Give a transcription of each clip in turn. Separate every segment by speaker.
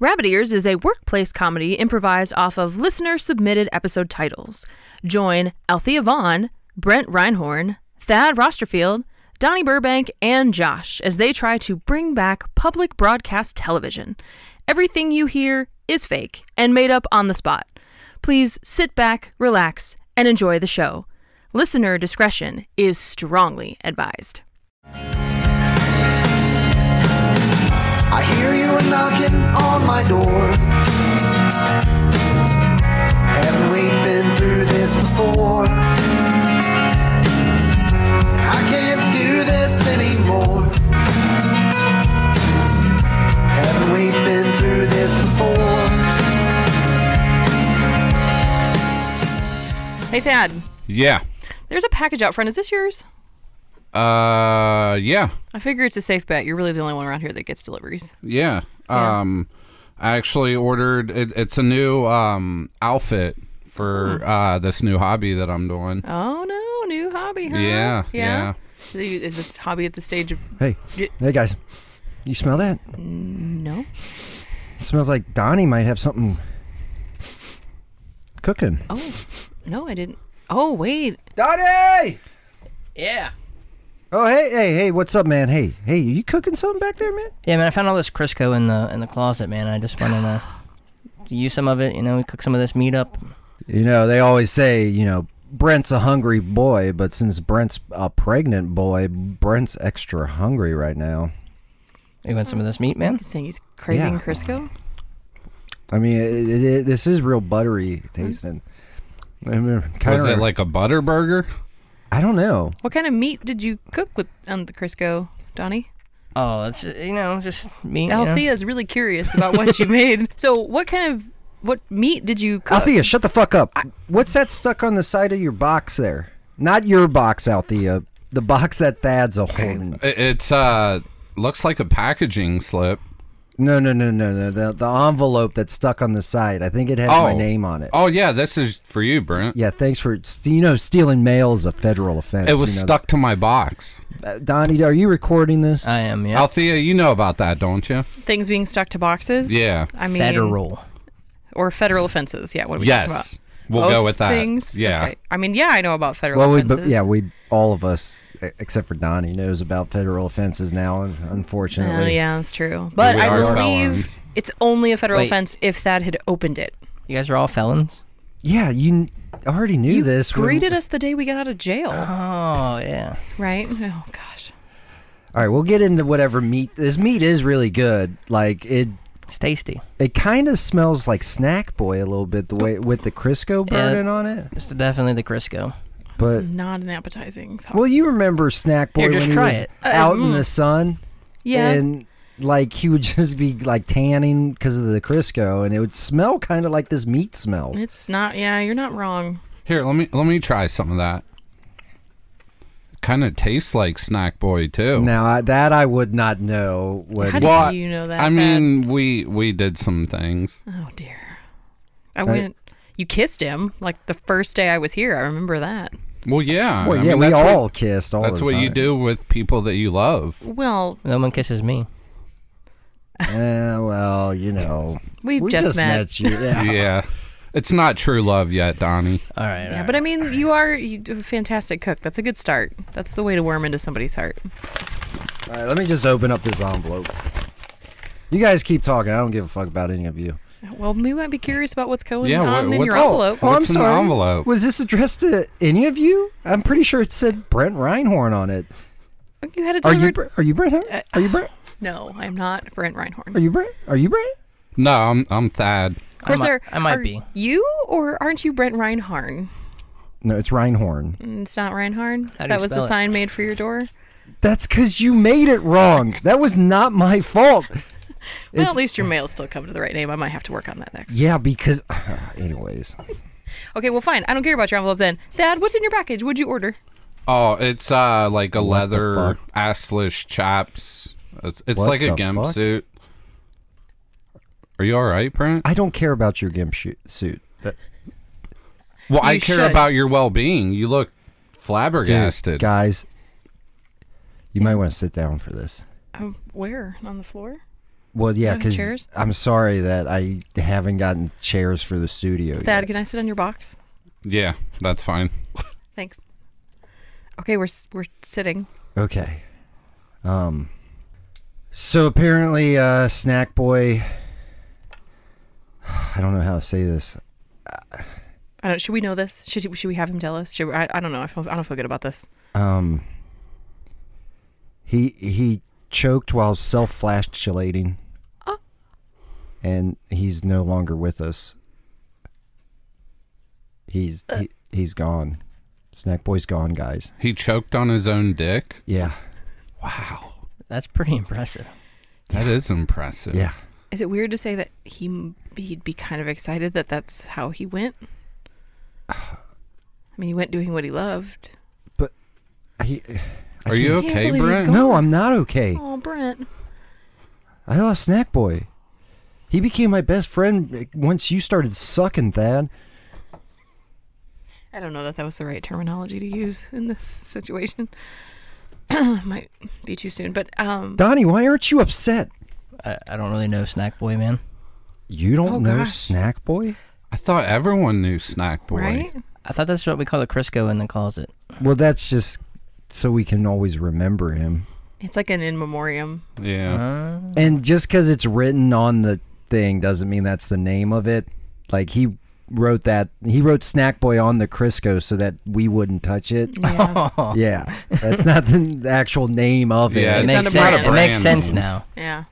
Speaker 1: Rabbit Ears is a workplace comedy improvised off of listener submitted episode titles. Join Althea Vaughn, Brent Reinhorn, Thad Rosterfield, Donnie Burbank, and Josh as they try to bring back public broadcast television. Everything you hear is fake and made up on the spot. Please sit back, relax, and enjoy the show. Listener discretion is strongly advised.
Speaker 2: I hear you a knocking on my door. Haven't we been through this before? I can't do this anymore. Haven't we been through this before?
Speaker 1: Hey, Thad,
Speaker 3: Yeah.
Speaker 1: there's a package out front. Is this yours?
Speaker 3: Uh yeah.
Speaker 1: I figure it's a safe bet. You're really the only one around here that gets deliveries.
Speaker 3: Yeah. Um I actually ordered it, it's a new um outfit for uh this new hobby that I'm doing.
Speaker 1: Oh no, new hobby, huh?
Speaker 3: Yeah, yeah.
Speaker 1: So you- Is this hobby at the stage of
Speaker 4: Hey,
Speaker 1: Y-
Speaker 4: hey guys, you smell that?
Speaker 1: no?
Speaker 4: It smells like Donnie might have something cooking.
Speaker 1: Oh, no, I didn't. Oh wait,
Speaker 4: Donnie!
Speaker 5: Yeah.
Speaker 4: Oh hey hey hey, what's up, man? Hey hey, you cooking something back there, man?
Speaker 5: Yeah, man. I found all this Crisco in the in the closet, man. I just wanted to use some of it. You know, we cook some of this meat up.
Speaker 4: You know they always say you know Brent's a hungry boy, but since Brent's a pregnant boy, Brent's extra hungry right now.
Speaker 5: You want some of this meat, man?
Speaker 1: he's saying he's craving
Speaker 4: Yeah.
Speaker 1: Crisco.
Speaker 4: I mean, it, it, it- this is real buttery tasting. I mean, kinda-
Speaker 3: Was it like a butter burger?
Speaker 4: I don't know.
Speaker 1: What kind of meat did you cook with on the Crisco, Donnie?
Speaker 5: Oh, it's uh, you know just meat. you know?
Speaker 1: Althea is really curious about what you made. So, what kind of what meat did you cook?
Speaker 3: Uh,
Speaker 4: Althea, shut the fuck up. What's that stuck on the side of your box there? Not your box, Althea. The box that Thad's a holding.
Speaker 3: It, it's uh looks like a packaging slip.
Speaker 4: No, no, no, no, no. The, the envelope that's stuck on the side. I think it has my
Speaker 3: Oh.
Speaker 4: name on it.
Speaker 3: Oh yeah, this is for you, Brent.
Speaker 4: Yeah, thanks for st- you know stealing mail is a federal offense.
Speaker 3: It was
Speaker 4: you know.
Speaker 3: stuck to my box.
Speaker 4: Uh, Donnie, are you recording this?
Speaker 1: Uh,
Speaker 5: I am. Yeah.
Speaker 3: Althea, you know about that, don't you?
Speaker 1: Things being stuck to boxes.
Speaker 3: Yeah.
Speaker 1: I mean
Speaker 5: Federal.
Speaker 1: or federal offenses. Yeah, what are we talking
Speaker 3: Yes. We'll
Speaker 1: about?
Speaker 3: go
Speaker 1: Both
Speaker 3: with that.
Speaker 1: Things.
Speaker 3: Yeah.
Speaker 1: Okay. I mean, yeah, I know about federal
Speaker 4: well, we
Speaker 1: offenses.
Speaker 4: but yeah, we all of us e- except for Donnie knows about federal offenses now. un- Unfortunately,
Speaker 1: Oh yeah, that's true. But
Speaker 3: we
Speaker 1: I
Speaker 3: are
Speaker 1: believe
Speaker 3: felons.
Speaker 1: it's only a federal
Speaker 5: Wait.
Speaker 1: offense if that had opened it.
Speaker 5: You guys are all felons.
Speaker 4: yeah. You kn- already knew
Speaker 1: You
Speaker 4: this. when-
Speaker 1: greeted us the day we got out of jail,
Speaker 5: Oh yeah.
Speaker 1: right? Oh gosh.
Speaker 4: All right, we'll get into whatever meat. This meat is really good. Like it
Speaker 5: It's tasty.
Speaker 4: It kind of smells like Snack Boy a little bit, the
Speaker 1: Oh.
Speaker 4: way with the Crisco
Speaker 5: Yeah.
Speaker 4: burning on it.
Speaker 5: It's definitely the Crisco.
Speaker 4: But
Speaker 1: it's not an appetizing thought.
Speaker 4: well, you remember Snack Boy
Speaker 5: Here,
Speaker 4: when
Speaker 5: just
Speaker 4: he
Speaker 5: try
Speaker 4: was
Speaker 5: it.
Speaker 4: out in the sun,
Speaker 1: Uh, mm. yeah.
Speaker 4: and like he would just be like tanning because of the Crisco, and it would smell kind of like this meat smells.
Speaker 1: it's not. Yeah, you're not wrong.
Speaker 3: Here, let me let me try some of that. Kind of tastes like Snack Boy too.
Speaker 4: Now I, that I would not know what.
Speaker 1: How
Speaker 4: it-
Speaker 1: do
Speaker 3: Well,
Speaker 1: you know that?
Speaker 3: I
Speaker 1: Thad?
Speaker 3: mean, we we did some things.
Speaker 1: oh dear. I went. You kissed him like the first day I was here. I remember that.
Speaker 3: Well, yeah.
Speaker 4: Well,
Speaker 3: I
Speaker 4: yeah,
Speaker 3: mean,
Speaker 4: we
Speaker 3: that's
Speaker 4: all
Speaker 3: What,
Speaker 4: kissed all
Speaker 3: that's
Speaker 4: the
Speaker 3: what you
Speaker 4: time.
Speaker 3: do with people that you love.
Speaker 1: Well,
Speaker 5: No one kisses me.
Speaker 4: Eh, well, you know,
Speaker 1: We've
Speaker 4: we
Speaker 1: just met.
Speaker 4: you. Yeah.
Speaker 3: Yeah. It's not true love yet, Donnie.
Speaker 5: All right. all
Speaker 1: yeah,
Speaker 5: right.
Speaker 1: but I mean, you are you, a fantastic cook. That's a good start. That's the way to worm into somebody's heart.
Speaker 4: All right, let me just open up this envelope. You guys keep talking. I don't give a fuck about any of you.
Speaker 1: Well, we might be curious about what's going
Speaker 3: Yeah,
Speaker 1: on
Speaker 3: what-
Speaker 1: in your
Speaker 3: what's-
Speaker 1: envelope.
Speaker 4: Oh, I'm
Speaker 3: What's in the
Speaker 4: sorry.
Speaker 3: envelope?
Speaker 4: Was this addressed to any of you? I'm pretty sure it said Brent Reinhorn on it.
Speaker 1: you had it
Speaker 4: Are you
Speaker 1: delivered.
Speaker 4: Br- are you Brent? Huh? Are you Brent?
Speaker 1: no, I'm not Brent Reinhorn.
Speaker 4: Are you Brent? Are you Brent?
Speaker 3: No, I'm I'm Thad.
Speaker 1: of course,
Speaker 5: I mi-
Speaker 1: are,
Speaker 5: I might
Speaker 1: are
Speaker 5: be.
Speaker 1: You or aren't you Brent Reinhorn?
Speaker 4: No, it's Reinhorn.
Speaker 1: It's not Reinhorn.
Speaker 5: do you
Speaker 1: That was the
Speaker 5: spell it?
Speaker 1: sign made for your door.
Speaker 4: That's because you made it wrong. That was not my fault.
Speaker 1: Well,
Speaker 4: It's-
Speaker 1: at least your mail's still coming to the right name. I might have to work on that next.
Speaker 4: Yeah, because. anyways,
Speaker 1: Okay, well, fine. I don't care about your envelope then. Thad, what's in your package? What'd you order?
Speaker 3: Oh, it's uh like a leather
Speaker 4: fuck?
Speaker 3: assless chaps. It's, it's
Speaker 4: What
Speaker 3: like a
Speaker 4: the
Speaker 3: gimp
Speaker 4: fuck?
Speaker 3: suit. Are you all right, Brent?
Speaker 4: I don't care about your gimp shoot, suit. That-
Speaker 3: Well, I
Speaker 1: You
Speaker 3: care
Speaker 1: should.
Speaker 3: about your well-being. You look flabbergasted.
Speaker 4: guys, you might want to sit down for this.
Speaker 1: Um, where? Uh, On the floor?
Speaker 4: Well, yeah,
Speaker 1: Any
Speaker 4: because
Speaker 1: chairs?
Speaker 4: I'm sorry that I haven't gotten chairs for the studio.
Speaker 1: Thad,
Speaker 4: yet.
Speaker 1: can I sit on your box?
Speaker 3: Yeah, that's fine.
Speaker 1: Thanks. Okay, we're s- we're sitting.
Speaker 4: Okay. Um. So apparently, uh, Snack Boy. I don't know how to say this.
Speaker 1: I don't. Should we know this? Should should we have him tell us? Should we, I, I don't know. I, feel, I don't feel good about this.
Speaker 4: Um. He he choked while self-flagellating, and he's no longer with us. He's he, he's gone. Snack Boy's gone, guys.
Speaker 3: He choked on his own dick.
Speaker 4: Yeah,
Speaker 5: That's pretty impressive.
Speaker 3: That is impressive.
Speaker 4: yeah.
Speaker 1: Is it weird to say that he m- he'd be kind of excited that that's how he went? I mean, he went doing what he loved.
Speaker 4: He,
Speaker 3: Are you
Speaker 1: can't
Speaker 3: okay,
Speaker 1: believe he's
Speaker 3: Brent?
Speaker 1: gone.
Speaker 4: no, I'm not okay.
Speaker 1: Oh, Brent.
Speaker 4: I lost Snack Boy. He became my best friend eh, once you started sucking, Thad.
Speaker 1: I don't know that that was the right terminology to use in this situation. Might be too soon, but um,
Speaker 4: Donnie, why aren't you upset?
Speaker 5: I, I don't really know Snack Boy, man.
Speaker 4: You don't
Speaker 1: Oh,
Speaker 4: know
Speaker 1: gosh.
Speaker 4: Snack Boy?
Speaker 3: I thought everyone knew Snack Boy.
Speaker 1: right?
Speaker 5: I thought that's what we call the Crisco in the closet.
Speaker 4: Well, that's just so we can always remember him.
Speaker 1: It's like an in memoriam.
Speaker 3: Yeah.
Speaker 4: And just because it's written on the thing doesn't mean that's the name of it. Like he wrote that, he wrote Snack Boy on the Crisco so that we wouldn't touch it.
Speaker 1: Yeah.
Speaker 4: Yeah, that's not the actual name of it.
Speaker 3: Yeah,
Speaker 5: it
Speaker 3: It's
Speaker 1: not
Speaker 5: makes
Speaker 1: a brand.
Speaker 5: sense. It makes
Speaker 3: Brand
Speaker 5: sense
Speaker 3: name.
Speaker 5: now.
Speaker 1: yeah.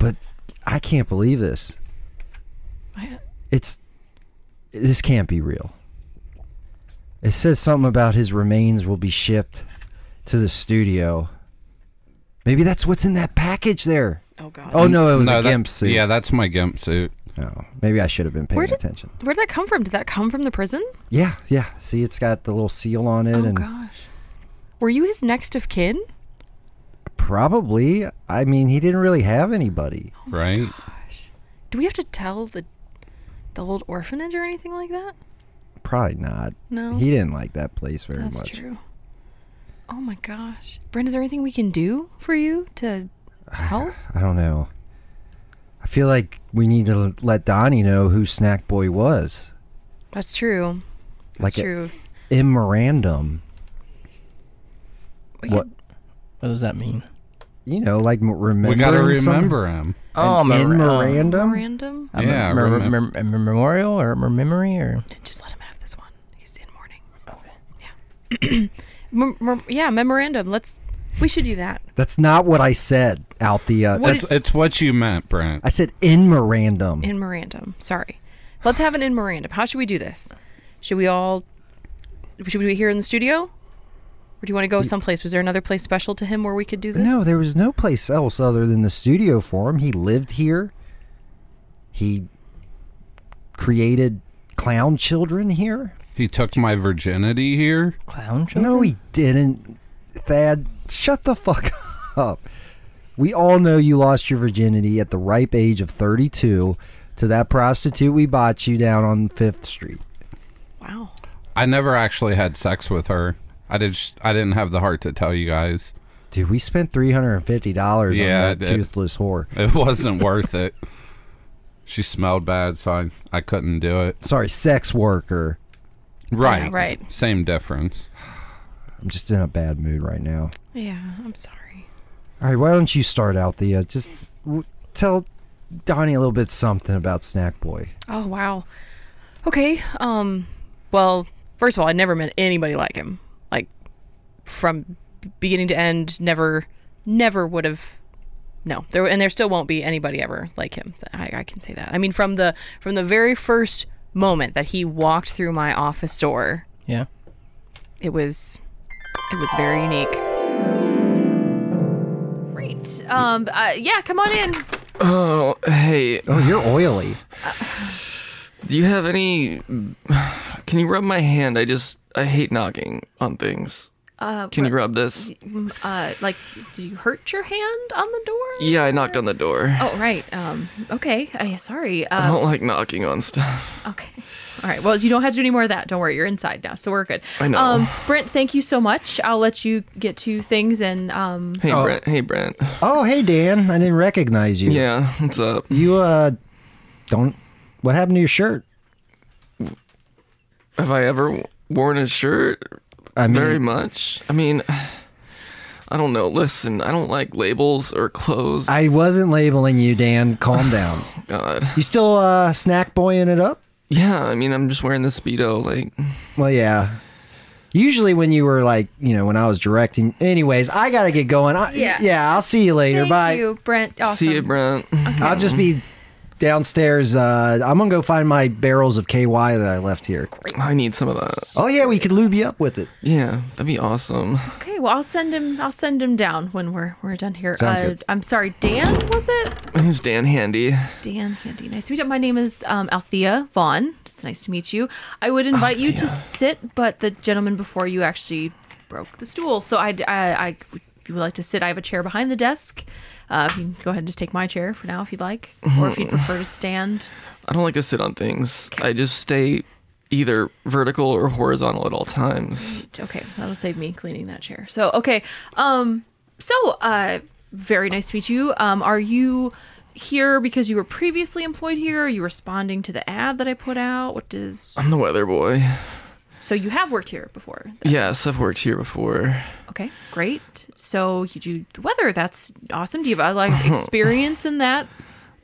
Speaker 4: But I can't believe this.
Speaker 1: I-
Speaker 4: It's this can't be real. It says something about his remains will be shipped to the studio. Maybe that's what's in that package there.
Speaker 1: Oh God.
Speaker 4: Oh no, it was
Speaker 3: No,
Speaker 4: a
Speaker 3: that-
Speaker 4: gimp suit.
Speaker 3: Yeah, that's my gimp suit.
Speaker 4: Oh, maybe I should have been paying
Speaker 1: Where did-
Speaker 4: attention.
Speaker 1: Where'd that come from? Did that come from the prison?
Speaker 4: Yeah, yeah. See, it's got the little seal on it,
Speaker 1: Oh
Speaker 4: and
Speaker 1: gosh. Were you his next of kin?
Speaker 4: probably. I mean, he didn't really have anybody.
Speaker 3: right?
Speaker 1: Do we have to tell the the old orphanage or anything like that?
Speaker 4: Probably not.
Speaker 1: No.
Speaker 4: he didn't like that place very
Speaker 1: That's
Speaker 4: much.
Speaker 1: true. Oh my gosh. Brent, is there anything we can do for you to help?
Speaker 4: I don't know. I feel like we need to l- let Donnie know who Snack Boy was.
Speaker 1: That's true. That's
Speaker 4: Like a-
Speaker 1: true.
Speaker 4: In Mirandum.
Speaker 1: We
Speaker 4: What?
Speaker 1: could-
Speaker 5: What does that mean?
Speaker 4: You know, like m- remember.
Speaker 3: We got to remember him.
Speaker 5: Oh,
Speaker 4: in
Speaker 5: Miranda.
Speaker 4: Mirandum?
Speaker 1: Random.
Speaker 3: Yeah, remem-
Speaker 5: memorial or mer- memory or
Speaker 1: Just let him have this one. He's in mourning. Okay. Yeah. Mem- yeah, memorandum. Let's. We should do that.
Speaker 4: That's not what I said, Althea.
Speaker 1: What
Speaker 4: That's,
Speaker 1: is-
Speaker 3: It's, it's what you meant, Brent.
Speaker 4: I said in Mirandum.
Speaker 1: In memorandum. Sorry. Let's have an in memorandum. How should we do this? Should we all? Should we do it here in the studio? Or do you want to go someplace? Was there another place special to him where we could do this?
Speaker 4: Mm. no, there was no place else other than the studio for him. He lived here. He created clown children here.
Speaker 3: He took my virginity here.
Speaker 5: clown show?
Speaker 4: No, he didn't. Thad, shut the fuck up. We all know you lost your virginity at the ripe age of 32 to that prostitute we bought you down on 5th Street.
Speaker 1: Wow.
Speaker 3: I never actually had sex with her. I did. sh- I didn't have the heart to tell you guys.
Speaker 4: Dude, we spent $350
Speaker 3: Yeah,
Speaker 4: on that
Speaker 3: it-
Speaker 4: toothless whore.
Speaker 3: It wasn't worth it. She smelled bad, so I, I couldn't do it.
Speaker 4: Sorry, sex worker.
Speaker 3: Right.
Speaker 1: right.
Speaker 3: S- Same difference.
Speaker 4: I'm just in a bad mood right now.
Speaker 1: Yeah. I'm sorry.
Speaker 4: All right, why don't you start out the uh, just w- tell Donnie a little bit something about Snack Boy.
Speaker 1: Oh wow. Okay. Um. Well, first of all, I never met anybody like him. Like from beginning to end, never, never would have. No, there and there still won't be anybody ever like him. I, I can say that. I mean, from the from the very first moment that he walked through my office door,
Speaker 5: Yeah.
Speaker 1: it was it was very unique. Great. Um. Uh, yeah. Come on in.
Speaker 6: Oh, hey.
Speaker 4: Oh, you're oily.
Speaker 6: Do you have any. Can you rub my hand? I just. I hate knocking on things.
Speaker 1: Uh,
Speaker 6: Can you
Speaker 1: what-
Speaker 6: rub this?
Speaker 1: uh, like, did you hurt your hand on the door?
Speaker 6: Yeah, I knocked on the door.
Speaker 1: Oh, right. Um, okay. I, sorry.
Speaker 6: I
Speaker 1: Uh,
Speaker 6: don't like knocking on stuff.
Speaker 1: okay. All right. Well, you don't have to do any more of that. Don't worry. You're inside now, so we're good.
Speaker 6: I know.
Speaker 1: Um, Brent, thank you so much. I'll let you get to things and um,
Speaker 6: Hey,
Speaker 4: Oh.
Speaker 6: Brent. Hey, Brent.
Speaker 4: Oh, hey Dan, I didn't recognize you.
Speaker 6: Yeah, what's up?
Speaker 4: You uh, don't. What happened to your shirt?
Speaker 6: Have I ever worn a shirt?
Speaker 4: I mean,
Speaker 6: Very much. I mean, I don't know. Listen, I don't like labels or clothes.
Speaker 4: I wasn't labeling you, Dan. Calm down.
Speaker 6: God.
Speaker 4: You still uh, snack boying it up?
Speaker 6: Yeah, I mean, I'm just wearing the speedo. Like,
Speaker 4: Well, yeah. Usually when you were like, you know, when I was directing. Anyways, I gotta get going. I,
Speaker 1: Yeah.
Speaker 4: yeah. Yeah. I'll see you later.
Speaker 1: thank
Speaker 4: Bye.
Speaker 1: you, Brent. Awesome.
Speaker 6: see you, Brent.
Speaker 4: I'll just be downstairs. Uh, I'm gonna go find my barrels of KY that I left here.
Speaker 6: I need some of that.
Speaker 4: Oh yeah, we could lube you up with it.
Speaker 6: Yeah, that'd be awesome.
Speaker 1: Okay. Well, I'll send him. I'll send him down when we're we're done here.
Speaker 4: Sounds
Speaker 1: uh,
Speaker 4: good.
Speaker 1: I'm sorry, Dan. Was it
Speaker 6: My name's Dan Handy.
Speaker 1: Dan Handy? Nice to meet you. My name is um, Althea Vaughn. It's nice to meet you. I would invite you to
Speaker 6: Althea.
Speaker 1: sit, but the gentleman before you actually broke the stool. So I'd, I, I, if you would like to sit, I have a chair behind the desk. Uh, you can go ahead and just take my chair for now if you'd like, or if you'd prefer to stand.
Speaker 6: I don't like to sit on things. I just stay either vertical or horizontal at all times.
Speaker 1: Okay, that'll save me cleaning that chair. So okay, um, so uh, very nice to meet you. Um, are you here because you were previously employed here? Are you responding to the ad that I put out? What does
Speaker 6: I'm the weather boy.
Speaker 1: so you have worked here before?
Speaker 6: Yes, I've worked here before.
Speaker 1: Okay, great. So you do the weather. That's awesome. Do you have uh, like experience in that?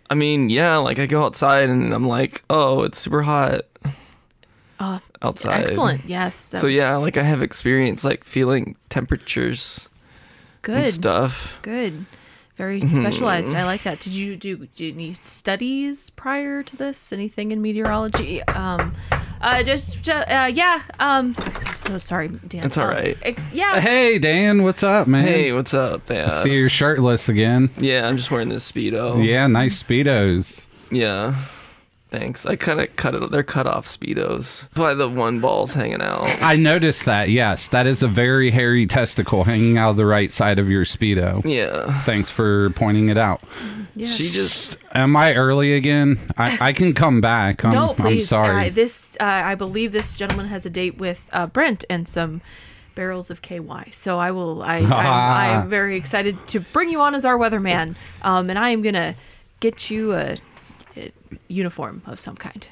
Speaker 6: I mean, yeah, like I go outside and I'm like, oh, it's super hot
Speaker 1: Uh,
Speaker 6: outside.
Speaker 1: excellent. Yes. that-
Speaker 6: So yeah, like I have experience like feeling temperatures and
Speaker 1: good.
Speaker 6: stuff.
Speaker 1: Good. Very specialized. I like that. Did you do, do any studies prior to this? Anything in meteorology? Um, uh, just, ju- uh, yeah. Um, so, so, so sorry, Dan.
Speaker 6: It's all
Speaker 1: Um,
Speaker 6: right.
Speaker 1: ex- yeah.
Speaker 3: Hey, Dan, what's up, man?
Speaker 6: Hey, what's up,
Speaker 3: see
Speaker 6: Dad?
Speaker 3: you're shirtless again.
Speaker 6: Yeah, I'm just wearing this speedo.
Speaker 3: Yeah, nice speedos.
Speaker 6: Yeah. Thanks. I kind of cut it. They're cut off speedos. Why the one ball's hanging out?
Speaker 3: I noticed that. Yes, that is a very hairy testicle hanging out of the right side of your speedo.
Speaker 6: Yeah.
Speaker 3: Thanks for pointing it out.
Speaker 1: Yes.
Speaker 6: She just.
Speaker 3: Am I early again? I, I can come back. I'm,
Speaker 1: no, please.
Speaker 3: I'm sorry.
Speaker 1: Uh, this, uh, I believe this gentleman has a date with uh, Brent and some barrels of KY. So I will. I, I'm, I'm very excited to bring you on as our weatherman. Um, and I am gonna get you a, a uniform of some kind.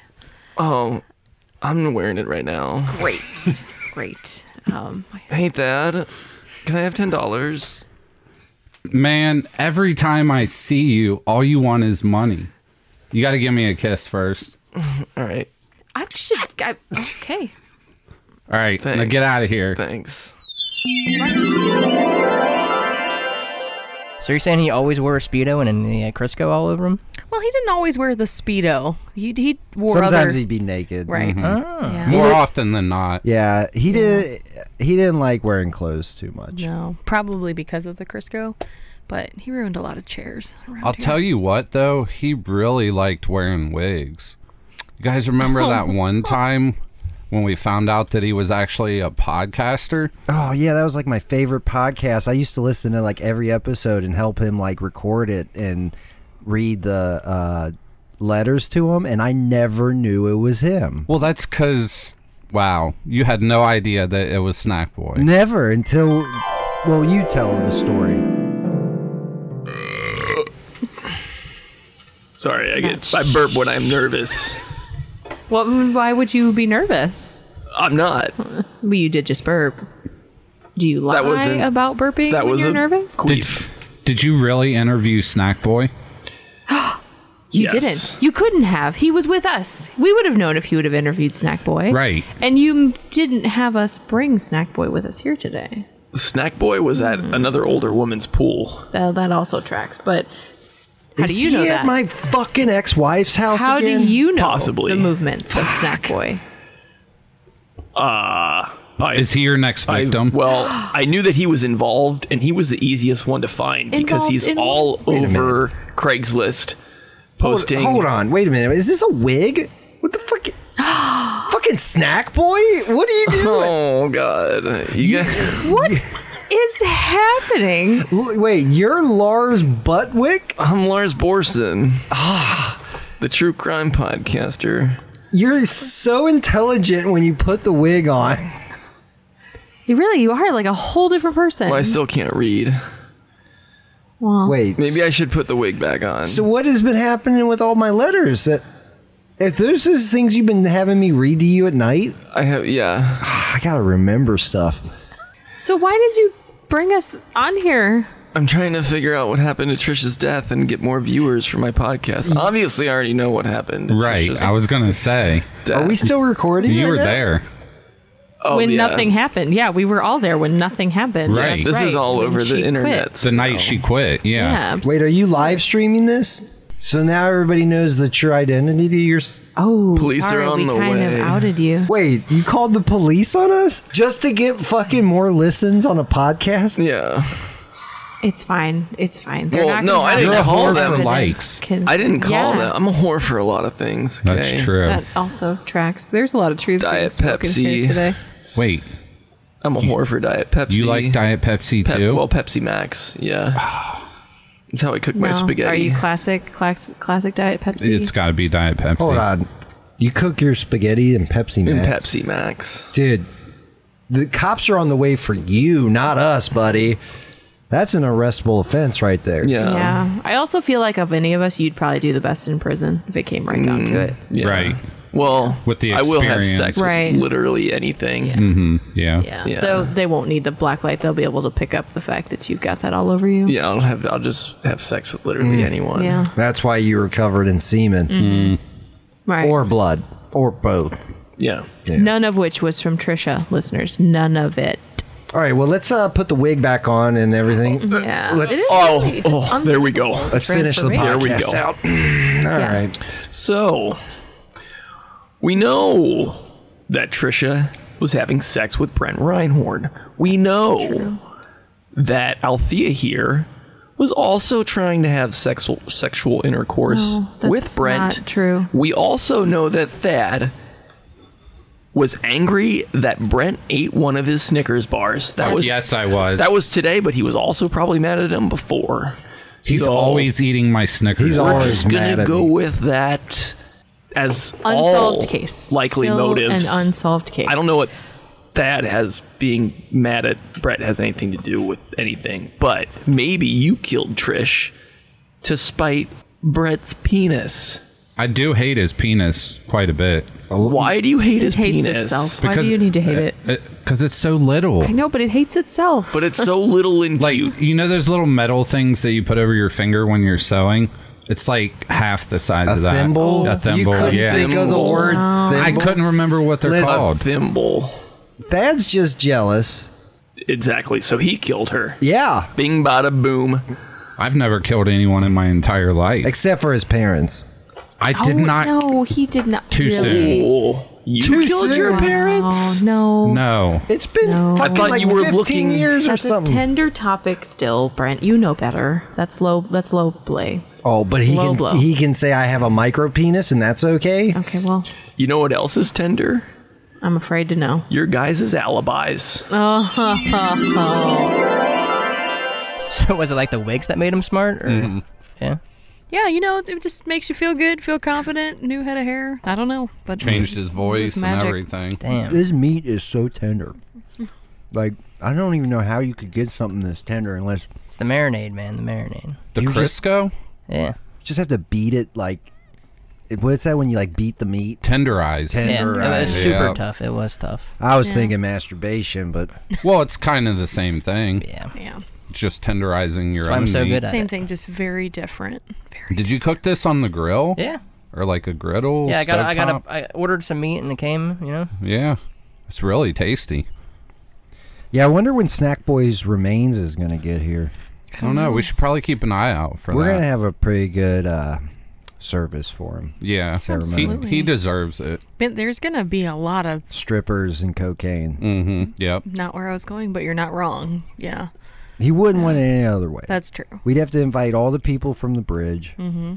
Speaker 6: Oh, I'm wearing it right now.
Speaker 1: Great. Great. Um,
Speaker 6: Hey, Dad. Can I have ten dollars?
Speaker 3: Man, every time I see you, all you want is money. You got to give me a kiss first.
Speaker 6: All right.
Speaker 1: I should. I, okay.
Speaker 3: All right,
Speaker 6: Thanks.
Speaker 3: now get out of here.
Speaker 6: Thanks.
Speaker 5: So you're saying he always wore a speedo and then the uh, Crisco all over him?
Speaker 1: Well, he didn't always wear the speedo. He he wore other.
Speaker 4: Sometimes he'd be naked.
Speaker 1: right. Yeah.
Speaker 3: Mm-hmm. More often than not.
Speaker 4: Yeah, he did. He didn't like wearing clothes too much.
Speaker 1: No, probably because of the Crisco, but he ruined a lot of chairs. Around
Speaker 3: I'll
Speaker 1: here.
Speaker 3: tell you what, though, he really liked wearing wigs. You guys remember that one time when we found out that he was actually a podcaster?
Speaker 4: Oh yeah, that was like my favorite podcast. I used to listen to like every episode and help him like record it and read the uh, letters to him, and I never knew it was him.
Speaker 3: Well, that's because, wow, you had no idea that it was Snack Boy.
Speaker 4: Never until well, you tell the story.
Speaker 6: Sorry, I get. I burp when I'm nervous.
Speaker 1: What? Why would you be nervous?
Speaker 6: I'm not.
Speaker 1: Well, you did just burp. Do you lie
Speaker 6: That wasn't-
Speaker 1: about burping
Speaker 6: that
Speaker 1: when
Speaker 6: was
Speaker 1: you're
Speaker 6: a-
Speaker 1: nervous?
Speaker 3: Did, did you really interview Snack Boy?
Speaker 1: You
Speaker 6: Yes.
Speaker 1: didn't. You couldn't have. He was with us. We would have known if you would have interviewed Snack Boy.
Speaker 3: Right.
Speaker 1: And you m- didn't have us bring Snack Boy with us here today.
Speaker 6: Snack Boy was at another older woman's pool.
Speaker 1: That, that also tracks. But s- how do
Speaker 4: Is
Speaker 1: you
Speaker 4: he
Speaker 1: know
Speaker 4: at
Speaker 1: that?
Speaker 4: my fucking ex-wife's house
Speaker 1: how
Speaker 4: again?
Speaker 1: do you know
Speaker 6: Possibly.
Speaker 1: the movements of Snack Boy?
Speaker 6: I,
Speaker 3: Is he your next
Speaker 6: I-
Speaker 3: victim?
Speaker 6: well, I knew that he was involved, and he was the easiest one to find because
Speaker 1: Involved
Speaker 6: he's
Speaker 1: in
Speaker 6: all over Craigslist
Speaker 4: Hold,
Speaker 6: posting.
Speaker 4: hold on, wait a minute. Is this a wig? What the fuck? fucking fucking snack boy? What are you doing?
Speaker 6: Oh god. You guys,
Speaker 1: What is happening?
Speaker 4: L- Wait, you're Lars Buttwick?
Speaker 6: I'm Lars Borson. Ah, the true crime podcaster.
Speaker 4: You're so intelligent when you put the wig on.
Speaker 1: You really, you are like a whole different person.
Speaker 6: Well, I still can't read.
Speaker 4: Wait,
Speaker 6: Maybe I should put the wig back on.
Speaker 4: So what has been happening with all my letters? That if those are things you've been having me read to you at night,
Speaker 6: I have yeah.
Speaker 4: I gotta remember stuff.
Speaker 1: so why did you bring us on here?
Speaker 6: I'm trying to figure out what happened to Trisha's death and get more viewers for my podcast. Obviously, I already know what happened. to
Speaker 3: Mm. Right.
Speaker 6: Trisha's
Speaker 3: I was going to say,
Speaker 6: death.
Speaker 4: Are we still recording?
Speaker 3: you
Speaker 4: right
Speaker 3: were
Speaker 4: now?
Speaker 3: there.
Speaker 6: Oh,
Speaker 1: when
Speaker 6: yeah.
Speaker 1: nothing happened. Yeah, we were all there when nothing happened.
Speaker 3: Right.
Speaker 1: That's
Speaker 6: This is all
Speaker 1: When
Speaker 6: over
Speaker 1: she
Speaker 6: the
Speaker 1: quit.
Speaker 6: internet.
Speaker 3: The night she quit.
Speaker 1: Yeah.
Speaker 3: Yeah.
Speaker 4: Wait, are you live streaming this? So now everybody knows that your identity to your. s-
Speaker 1: Oh,
Speaker 6: Police are
Speaker 1: sorry,
Speaker 6: on
Speaker 1: we
Speaker 6: the
Speaker 1: kind
Speaker 6: way.
Speaker 1: of outed you.
Speaker 4: Wait, you called the police on us just to get fucking more listens on a podcast?
Speaker 6: Yeah.
Speaker 1: It's fine. It's fine. They're
Speaker 6: Well,
Speaker 1: not
Speaker 6: no,
Speaker 1: gonna
Speaker 6: I
Speaker 1: have
Speaker 6: didn't
Speaker 1: it
Speaker 6: call
Speaker 1: over
Speaker 6: them.
Speaker 1: the next
Speaker 3: Likes.
Speaker 1: kid-
Speaker 6: I didn't call
Speaker 1: Yeah,
Speaker 6: that. I'm a whore for a lot of things. okay?
Speaker 3: That's true.
Speaker 1: That also tracks. There's a lot of truth being
Speaker 6: Diet
Speaker 1: spoken here
Speaker 6: Pepsi.
Speaker 1: today.
Speaker 3: Wait,
Speaker 6: I'm a whore for Diet Pepsi.
Speaker 3: you like Diet Pepsi
Speaker 6: Pep-
Speaker 3: too?
Speaker 6: Well, Pepsi Max. Yeah. That's how I cook my
Speaker 1: No.
Speaker 6: spaghetti.
Speaker 1: Are you classic, class, classic diet Pepsi?
Speaker 3: it's got to be Diet Pepsi.
Speaker 4: Hold on. You cook your spaghetti and Pepsi
Speaker 6: in
Speaker 4: Max?
Speaker 6: Pepsi Max.
Speaker 4: Dude, the cops are on the way for you, not us, buddy. That's an arrestable offense right there.
Speaker 6: Yeah.
Speaker 1: yeah. I also feel like of any of us, you'd probably do the best in prison if it came right down to it.
Speaker 6: Yeah.
Speaker 3: Right.
Speaker 6: Well,
Speaker 3: With the
Speaker 6: I will have
Speaker 3: experience.
Speaker 6: sex with
Speaker 1: Right.
Speaker 6: literally anything.
Speaker 3: Yeah.
Speaker 1: Yeah.
Speaker 6: Yeah.
Speaker 1: Though they won't need the black light. They'll be able to pick up the fact that you've got that all over you.
Speaker 6: Yeah, I'll have I'll just have sex with literally
Speaker 3: Mm.
Speaker 6: anyone.
Speaker 1: Yeah.
Speaker 4: That's why you were covered in semen
Speaker 1: Right.
Speaker 4: or blood or both.
Speaker 6: Yeah.
Speaker 1: None of which was from Trisha, listeners. None of it.
Speaker 4: All right, well, let's uh, put the wig back on and everything.
Speaker 1: Yeah.
Speaker 4: Let's-
Speaker 1: It is
Speaker 6: Oh,
Speaker 1: really just
Speaker 6: oh, there we go.
Speaker 1: unbelievable
Speaker 4: Let's finish the podcast
Speaker 1: transformation.
Speaker 6: There we go.
Speaker 4: out. All
Speaker 1: Yeah.
Speaker 4: right.
Speaker 6: So, we know that Trisha was having sex with Brent Reinhorn. We know that Althea here was also trying to have sexual sexual intercourse
Speaker 1: No, that's
Speaker 6: with Brent.
Speaker 1: not true.
Speaker 6: We also know that Thad was angry that Brent ate one of his Snickers bars. That was
Speaker 3: Oh, yes, I was.
Speaker 6: that was today, but he was also probably mad at him before.
Speaker 3: He's
Speaker 6: So-
Speaker 3: always eating my Snickers.
Speaker 4: He's
Speaker 6: we're
Speaker 4: always
Speaker 6: just gonna
Speaker 4: mad at
Speaker 6: go
Speaker 4: me.
Speaker 6: with that as
Speaker 1: Unsolved
Speaker 6: all
Speaker 1: case.
Speaker 6: likely
Speaker 1: Still
Speaker 6: motives.
Speaker 1: An unsolved case.
Speaker 6: I don't know what that has being mad at Brett has anything to do with anything, but maybe you killed Trish to spite Brett's penis.
Speaker 3: I do hate his penis quite a bit
Speaker 6: Why do you hate his
Speaker 1: It hates
Speaker 6: penis?
Speaker 1: itself. Why
Speaker 3: Because-
Speaker 1: do you need to hate it?
Speaker 3: because Uh, it's so little.
Speaker 1: I know, but it hates itself.
Speaker 6: But it's so little and
Speaker 3: Like
Speaker 6: cute.
Speaker 3: you know those little metal things that you put over your finger when you're sewing. It's like half the size
Speaker 4: A
Speaker 3: of that.
Speaker 4: thimble?
Speaker 3: A thimble.
Speaker 4: You couldn't
Speaker 3: yeah.
Speaker 4: think of the
Speaker 6: Thimble.
Speaker 4: word
Speaker 3: I
Speaker 4: thimble?
Speaker 3: couldn't remember what they're
Speaker 4: Listen.
Speaker 6: A
Speaker 3: called.
Speaker 6: thimble.
Speaker 4: Thad's just jealous.
Speaker 6: Exactly. So he killed her.
Speaker 4: Yeah,
Speaker 6: Bing bada boom.
Speaker 3: I've never killed anyone in my entire life.
Speaker 4: except for his parents.
Speaker 3: I
Speaker 1: oh,
Speaker 3: did not.
Speaker 1: No, he did not.
Speaker 3: Too
Speaker 1: really.
Speaker 3: soon.
Speaker 6: Oh, you
Speaker 4: Too
Speaker 6: killed
Speaker 4: soon.
Speaker 6: your parents?
Speaker 1: Oh no.
Speaker 3: No.
Speaker 4: It's been
Speaker 1: No.
Speaker 4: fucking
Speaker 6: I thought
Speaker 4: like
Speaker 6: you were
Speaker 4: 15
Speaker 6: looking-
Speaker 4: years or
Speaker 1: That's a
Speaker 4: something.
Speaker 1: tender topic still, Brent. You know better. That's low. That's low play.
Speaker 4: oh, but he
Speaker 1: Low
Speaker 4: can
Speaker 1: blow.
Speaker 4: he can say I have a micro penis and that's okay.
Speaker 1: Okay, well,
Speaker 6: You know what else is tender?
Speaker 1: I'm afraid to know.
Speaker 6: Your guys' alibis.
Speaker 5: So was it like the wigs that made him smart? Or?
Speaker 3: Mm-hmm.
Speaker 5: Yeah.
Speaker 1: Yeah, you know, it just makes you feel good, feel confident. New head of hair. I don't know, but
Speaker 3: Changed his voice and everything.
Speaker 5: Damn.
Speaker 4: This meat is so tender. Like I don't even know how you could get something this tender unless
Speaker 5: It's the marinade, man. The marinade.
Speaker 3: The
Speaker 4: You just-
Speaker 3: Crisco
Speaker 5: Yeah.
Speaker 4: you just have to beat it like it- what's that when you like beat the meat?
Speaker 3: tenderized.
Speaker 4: Ten-
Speaker 5: Yeah. It
Speaker 4: Marinade.
Speaker 5: was super
Speaker 3: Yeah.
Speaker 5: tough. It was tough.
Speaker 4: I was thinking masturbation, but
Speaker 3: well, it's kind of the same thing.
Speaker 5: Yeah.
Speaker 1: Yeah,
Speaker 3: It's just tenderizing your
Speaker 5: why
Speaker 3: own.
Speaker 5: I'm so
Speaker 3: meat.
Speaker 5: good at
Speaker 1: same
Speaker 5: it.
Speaker 1: thing, just very different. Very.
Speaker 3: Did you cook this on the grill
Speaker 5: Yeah.
Speaker 3: or like a griddle?
Speaker 5: Yeah. I got. a- I
Speaker 3: stovetop? Mm-hmm.
Speaker 5: got. A, I ordered some meat and it came. You know.
Speaker 3: Yeah, it's really tasty.
Speaker 4: yeah, I wonder when Snack Boy's remains is gonna get here.
Speaker 3: I don't know. We should probably keep an eye out for
Speaker 4: We're
Speaker 3: that.
Speaker 4: gonna have a pretty good uh, service for him.
Speaker 3: yeah,
Speaker 1: Absolutely.
Speaker 3: He, he deserves it.
Speaker 1: But there's gonna be a lot of
Speaker 4: Strippers and cocaine.
Speaker 3: hmm Yep.
Speaker 1: not where I was going, but you're not wrong. Yeah,
Speaker 4: He wouldn't want it any other way.
Speaker 1: that's true.
Speaker 4: We'd have to invite all the people from the bridge. Mm-hmm.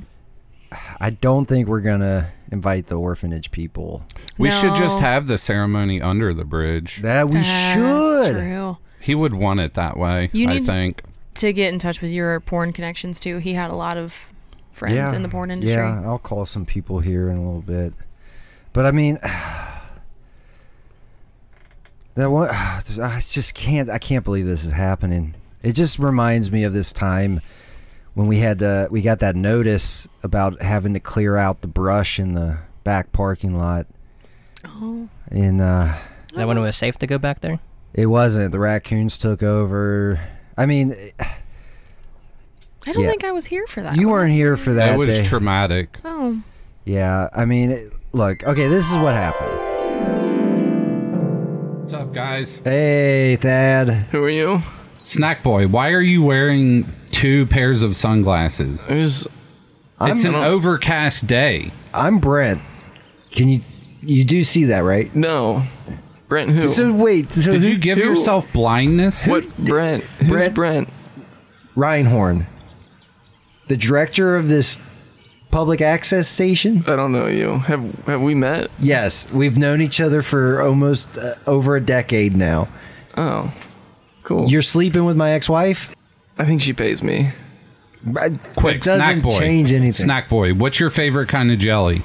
Speaker 4: I don't think we're gonna invite the orphanage people.
Speaker 3: We should just
Speaker 1: No.
Speaker 3: have the ceremony under the bridge.
Speaker 4: That we
Speaker 1: That's
Speaker 4: should.
Speaker 1: true.
Speaker 3: He would want it that way,
Speaker 1: You
Speaker 3: I
Speaker 1: need-
Speaker 3: think.
Speaker 1: To get in touch with your porn connections too, he had a lot of friends in the porn industry.
Speaker 4: Yeah, I'll call some people here in a little bit. But I mean, that one, I just can't. I can't believe this is happening. It just reminds me of this time when we had uh, we got that notice about having to clear out the brush in the back parking lot.
Speaker 1: Oh.
Speaker 4: And uh,
Speaker 5: That when it was safe to go back there.
Speaker 4: it wasn't. The raccoons took over. I mean,
Speaker 1: I don't
Speaker 4: Yeah.
Speaker 1: think I was here for that.
Speaker 4: you
Speaker 1: one.
Speaker 4: weren't here for that.
Speaker 3: That was
Speaker 4: day.
Speaker 3: traumatic.
Speaker 1: Oh.
Speaker 4: Yeah, I mean, it- look. Okay, this is what happened.
Speaker 3: What's up, guys?
Speaker 4: Hey, Thad.
Speaker 6: Who are you?
Speaker 3: Snack Boy, why are you wearing two pairs of sunglasses?
Speaker 6: There's
Speaker 3: it's an
Speaker 6: not-
Speaker 3: overcast day.
Speaker 4: I'm Brent. Can you you do see that right?
Speaker 6: no Brent. Who?
Speaker 4: So wait, so
Speaker 3: Did
Speaker 4: who,
Speaker 3: you give
Speaker 6: who-
Speaker 3: yourself blindness?
Speaker 6: what Brent? Who's
Speaker 4: Brent?
Speaker 6: Brent?
Speaker 4: Reinhorn, the director of this public access station?
Speaker 6: I don't know you. Have have we met?
Speaker 4: Yes, we've known each other for almost uh, over a decade now.
Speaker 6: Oh, cool.
Speaker 4: You're sleeping with my ex-wife?
Speaker 6: I think she pays me.
Speaker 4: I-
Speaker 3: Quick,
Speaker 4: it doesn't
Speaker 3: Snack Boy.
Speaker 4: change anything.
Speaker 3: Snack Boy, what's your favorite kind of jelly?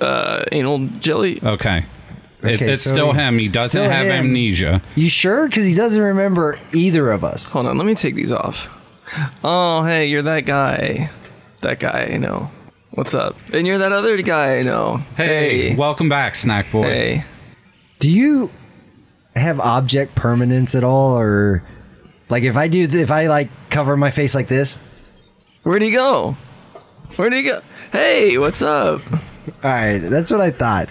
Speaker 6: Uh, anal jelly.
Speaker 3: Okay. It-
Speaker 4: Okay,
Speaker 3: it's
Speaker 4: so
Speaker 3: still
Speaker 4: he-
Speaker 3: him. He doesn't
Speaker 4: still
Speaker 3: have
Speaker 4: him.
Speaker 3: amnesia.
Speaker 4: You sure? Because he doesn't remember either of us.
Speaker 6: Hold on, let me take these off. Oh, hey, you're that guy. That guy I know. What's up? And you're that other guy I know.
Speaker 3: Hey,
Speaker 6: Hey.
Speaker 3: welcome back, Snack Boy.
Speaker 6: Hey.
Speaker 4: Do you have object permanence at all, or like if I do, th- if I like cover my face like this?
Speaker 6: Where'd he go? Where'd he go? Hey, what's up?
Speaker 4: All right, that's what I thought.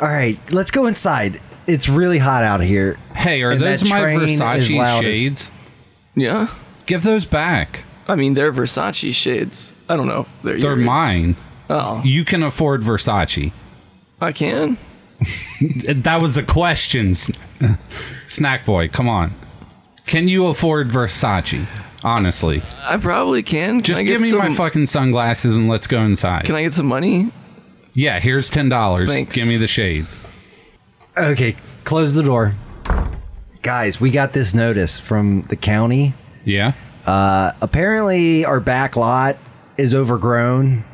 Speaker 4: All right, let's go inside. It's really hot out here.
Speaker 3: Hey, are
Speaker 4: And
Speaker 3: those
Speaker 4: that
Speaker 3: my
Speaker 4: train is
Speaker 3: Versace
Speaker 4: loud as-
Speaker 3: shades?
Speaker 6: Yeah?
Speaker 3: Give those back.
Speaker 6: I mean, they're Versace shades. I don't know. if They're,
Speaker 3: They're
Speaker 6: yours.
Speaker 3: mine.
Speaker 6: Oh,
Speaker 3: You can afford Versace.
Speaker 6: I can?
Speaker 3: That was a question, S- Snack Boy. Come on. Can you afford Versace? Honestly,
Speaker 6: I probably can. can
Speaker 3: just
Speaker 6: I get
Speaker 3: give me my
Speaker 6: some-
Speaker 3: fucking sunglasses and let's go inside.
Speaker 6: Can I get some money?
Speaker 3: yeah, here's ten dollars.
Speaker 6: Thanks.
Speaker 3: Give me the shades.
Speaker 4: Okay, close the door. Guys, we got this notice from the county.
Speaker 3: Yeah.
Speaker 4: Apparently, our back lot is overgrown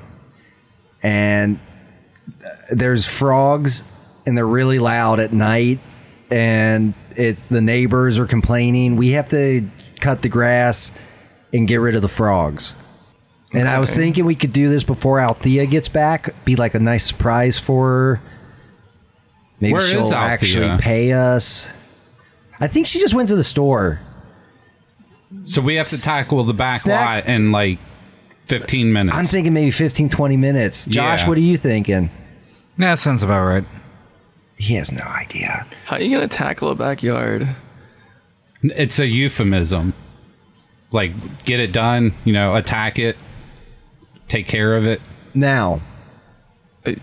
Speaker 4: and uh, there's frogs and they're really loud at night and it the neighbors are complaining. We have to cut the grass and get rid of the frogs. And I was
Speaker 6: Okay.
Speaker 4: thinking we could do this before Althea gets back. Be like a nice surprise for her. Maybe
Speaker 3: Where is
Speaker 4: she'll
Speaker 3: Althea?
Speaker 4: actually pay us. I think she just went to the store.
Speaker 3: So we have to tackle the back
Speaker 4: Snack-
Speaker 3: lot in like fifteen minutes.
Speaker 4: I'm thinking maybe 15, 20 minutes. Josh,
Speaker 3: Yeah.
Speaker 4: what are you thinking?
Speaker 7: Yeah, that sounds about right.
Speaker 4: He has no idea.
Speaker 6: How are you going to tackle a backyard?
Speaker 3: it's a euphemism. Like, get it done. You know, attack it. Take care of it.
Speaker 4: Now,
Speaker 6: Uh,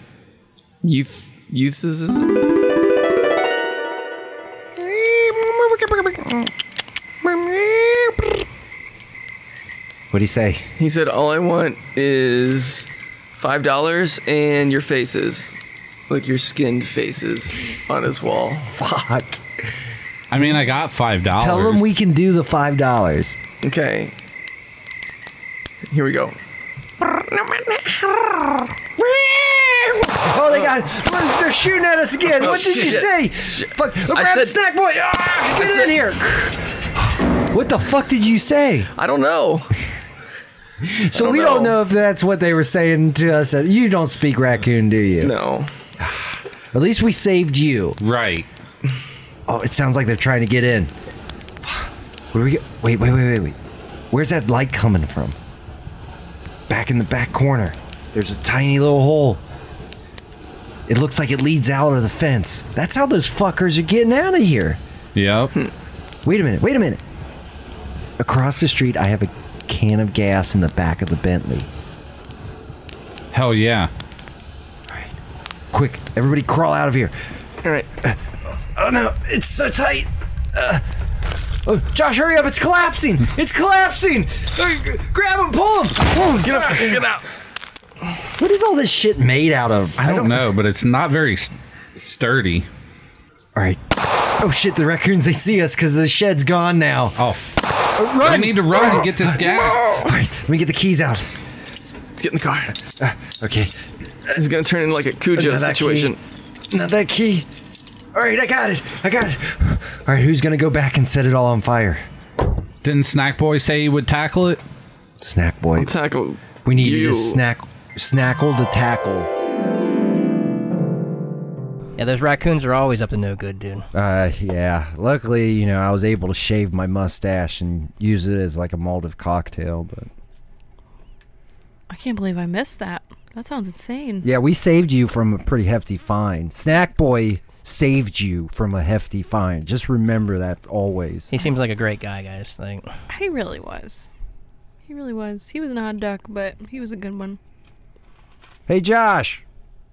Speaker 6: Youth. Youthism?
Speaker 4: what do you say?
Speaker 6: He said, All I want is $5 and your faces. Like your skinned faces on his wall.
Speaker 4: Fuck.
Speaker 3: I mean, I got five dollars.
Speaker 4: Tell him we can do the five dollars.
Speaker 6: Okay. Here we go.
Speaker 4: Oh, they got. look, They're shooting at us again.
Speaker 6: Oh,
Speaker 4: what did you
Speaker 6: shit.
Speaker 4: say? Fuck. Grab the
Speaker 6: said-
Speaker 4: snack boy. Ah, get
Speaker 6: I
Speaker 4: in
Speaker 6: said-
Speaker 4: here. What the fuck did you say?
Speaker 6: I don't know.
Speaker 4: So
Speaker 6: don't
Speaker 4: we don't
Speaker 6: know.
Speaker 4: know if that's what they were saying to us. You don't speak raccoon, do you?
Speaker 6: No.
Speaker 4: At least we saved you.
Speaker 3: right.
Speaker 4: Oh, it sounds like they're trying to get in. Where we? Wait, wait, wait, wait, wait. Where's that light coming from? Back in the back corner. There's a tiny little hole. It looks like it leads out of the fence. That's how those fuckers are getting out of here.
Speaker 3: Yep.
Speaker 4: Wait a minute. Wait a minute. Across the street, I have a can of gas in the back of the Bentley.
Speaker 3: Hell yeah.
Speaker 4: Quick, everybody crawl out of here.
Speaker 6: All right.
Speaker 4: Oh no, it's so tight. Uh, oh, Josh, hurry up! It's collapsing! It's collapsing! Uh, g- grab him, pull him!
Speaker 6: Get out. Get out.
Speaker 4: What is all this shit made out of?
Speaker 3: I don't know, but it's not very st- sturdy.
Speaker 4: All right. Oh shit! The raccoons—they see us because the shed's gone now.
Speaker 3: Oh, f- I need to run and get this gas.
Speaker 4: All right, let me get the keys out.
Speaker 6: Let's get in the car.
Speaker 4: Okay.
Speaker 6: It's gonna turn into like a Cujo
Speaker 4: Another key.
Speaker 6: situation.
Speaker 4: Not that key. All right, I got it. I got it. All right, who's gonna go back and set it all on fire?
Speaker 3: Didn't Snack Boy say he would tackle it?
Speaker 4: Snack boy.
Speaker 6: Tackle.
Speaker 4: We need you
Speaker 6: you.
Speaker 4: to snack, snackle to tackle.
Speaker 5: Yeah, those raccoons are always up to no good, dude.
Speaker 4: Uh, yeah. Luckily, you know, I was able to shave my mustache and use it as like a maltive cocktail. But
Speaker 1: I can't believe I missed that. That sounds insane.
Speaker 4: yeah, we saved you from a pretty hefty fine. Snack boy saved you from a hefty fine. Just remember that always.
Speaker 5: He seems like a great guy, guys. Like,
Speaker 1: He really was. He really was. He was an odd duck, but he was a good one.
Speaker 4: Hey, Josh.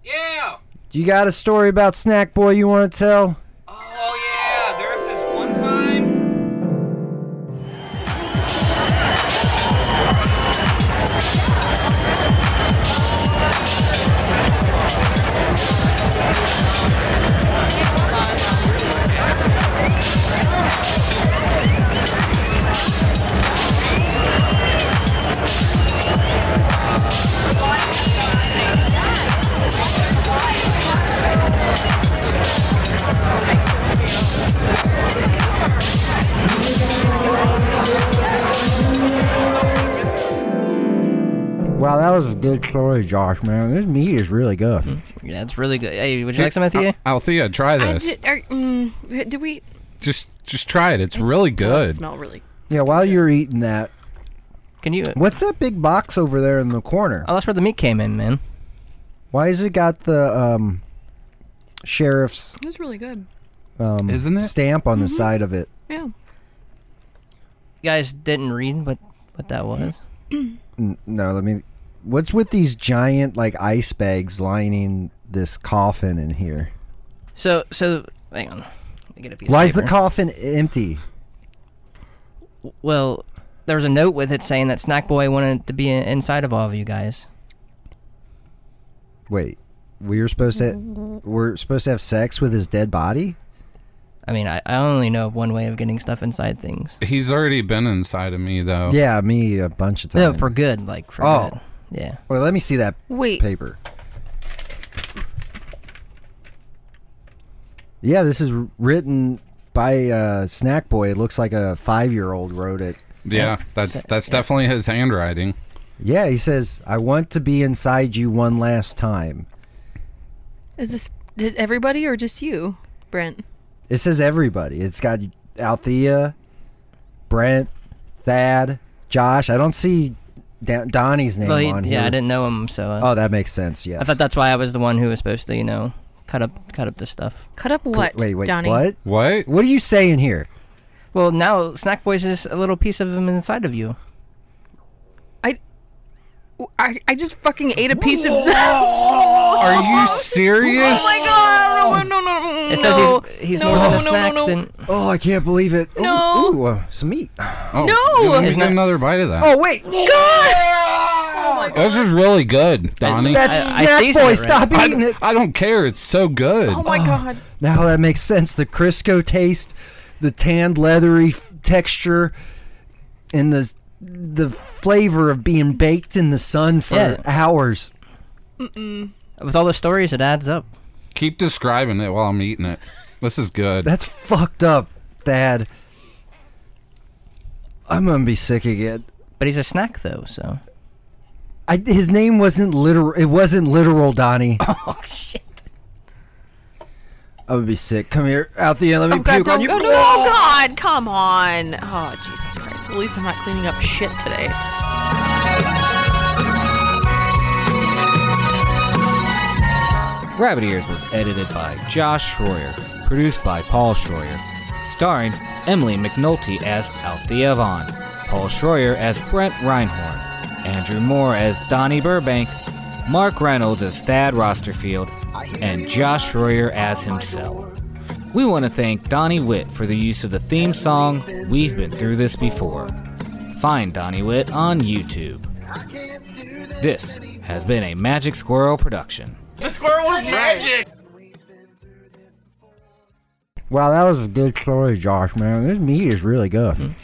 Speaker 8: Yeah.
Speaker 4: You got a story about Snack Boy you want to tell?
Speaker 8: Oh yeah, there was this one time.
Speaker 4: Wow, that was a good story, Josh, man. This meat is really good.
Speaker 5: yeah, it's really good. Hey, would you like some of you?
Speaker 3: Althea, try
Speaker 1: I
Speaker 3: this.
Speaker 1: did, are, mm, did we?
Speaker 3: Just just try it. It's really
Speaker 1: Does
Speaker 3: good.
Speaker 1: smell really.
Speaker 4: Yeah, while you're eating that,
Speaker 5: Can you?
Speaker 4: what's that big box over there in the corner?
Speaker 5: Oh, that's where the meat came in, man.
Speaker 4: Why has it got the um, sheriff's
Speaker 1: It was really good.
Speaker 4: um,
Speaker 3: Isn't it?
Speaker 4: stamp on the side of it?
Speaker 1: Yeah.
Speaker 5: You guys didn't read what what that
Speaker 1: Mm-hmm.
Speaker 5: was.
Speaker 4: N- No, let me. What's with these giant like ice bags lining this coffin in here?
Speaker 5: So, so hang on. Let me get a piece.
Speaker 4: Why
Speaker 5: of
Speaker 4: is the
Speaker 5: paper.
Speaker 4: coffin empty?
Speaker 5: Well, there was a note with it saying that Snack Boy wanted to be in- inside of all of you guys.
Speaker 4: Wait, we were supposed to we're supposed to have sex with his dead body?
Speaker 5: I mean, I, I only know of one way of getting stuff inside things.
Speaker 3: He's already been inside of me though.
Speaker 4: Yeah, me a bunch of times.
Speaker 5: No, for good, like for
Speaker 4: Oh.
Speaker 5: good. Yeah.
Speaker 4: Wait, let me see that
Speaker 1: Wait.
Speaker 4: paper. Yeah, this is r- written by uh, Snack Boy. It looks like a five-year-old wrote it.
Speaker 3: Yeah, that's that's definitely his handwriting.
Speaker 4: Yeah, he says, "I want to be inside you one last time."
Speaker 1: Is this did everybody or just you, Brent?
Speaker 4: It says everybody. It's got Althea, Brent, Thad, Josh. I don't see da- Donnie's name
Speaker 5: Well, he-
Speaker 4: on here.
Speaker 5: yeah, I didn't know him, so uh,
Speaker 4: Oh, that makes sense. Yes.
Speaker 5: I thought that's why I was the one who was supposed to, you know, cut up cut up this stuff.
Speaker 1: Cut up what?
Speaker 4: Wait, wait,
Speaker 1: Donnie?
Speaker 4: what?
Speaker 3: What?
Speaker 4: What are you saying here?
Speaker 5: Well, now Snack Boy's just a little piece of him inside of you.
Speaker 1: I, I just fucking ate a piece of that.
Speaker 3: Are you serious?
Speaker 1: Oh my god! No, no, no, no.
Speaker 5: It says
Speaker 1: no.
Speaker 5: he's, he's
Speaker 1: no,
Speaker 5: more
Speaker 1: no,
Speaker 5: than a
Speaker 1: no,
Speaker 5: snack
Speaker 1: no, no.
Speaker 5: than.
Speaker 4: Oh, I can't believe it. Ooh,
Speaker 1: No.
Speaker 4: Ooh, uh, some meat.
Speaker 3: Oh,
Speaker 1: No!
Speaker 3: dude, let me
Speaker 5: Isn't
Speaker 3: get
Speaker 5: that-
Speaker 3: another bite of that.
Speaker 4: Oh, wait.
Speaker 3: this is really good, Donnie.
Speaker 4: That's
Speaker 5: I- I
Speaker 4: snack
Speaker 5: seasoned
Speaker 4: boy.
Speaker 5: it right.
Speaker 4: Stop
Speaker 3: I,
Speaker 4: eating it.
Speaker 3: don't- I don't care. It's so good.
Speaker 1: Oh
Speaker 4: Ah.
Speaker 1: my god!
Speaker 4: Now that makes sense. The Crisco taste, the tanned leathery f- texture, and the the flavor of being baked in the sun for
Speaker 5: Yeah.
Speaker 4: hours.
Speaker 5: With all the stories, it adds up.
Speaker 3: Keep describing it while I'm eating it. This is good.
Speaker 4: That's fucked up, Thad. I'm gonna be sick again.
Speaker 5: But he's a snack though, so.
Speaker 4: I, his name wasn't literal. It wasn't literal, Donnie.
Speaker 5: Oh shit!
Speaker 4: I'm gonna be sick. Come here, out the end. Let me
Speaker 1: Oh god!
Speaker 4: puke
Speaker 1: Don't,
Speaker 4: on
Speaker 1: oh,
Speaker 4: you.
Speaker 1: no, no, no, god! Come on! Oh Jesus Christ! Well, at least I'm not cleaning up shit today.
Speaker 8: Rabbit Ears was edited by Josh Schroyer, produced by Paul Schroyer, starring Emily McNulty as Althea Vaughn, Paul Schroyer as Brent Reinhorn, Andrew Moore as Donnie Burbank, Mark Reynolds as Thad Rosterfield, and Josh Schroyer as himself. We want to thank Donnie Witt for the use of the theme song We've Been Through This Before. Find Donnie Witt on YouTube. This has been a Magic Squirrel production.
Speaker 6: The squirrel was magic.
Speaker 4: Wow, that was a good story, Josh, man. This meat is really good.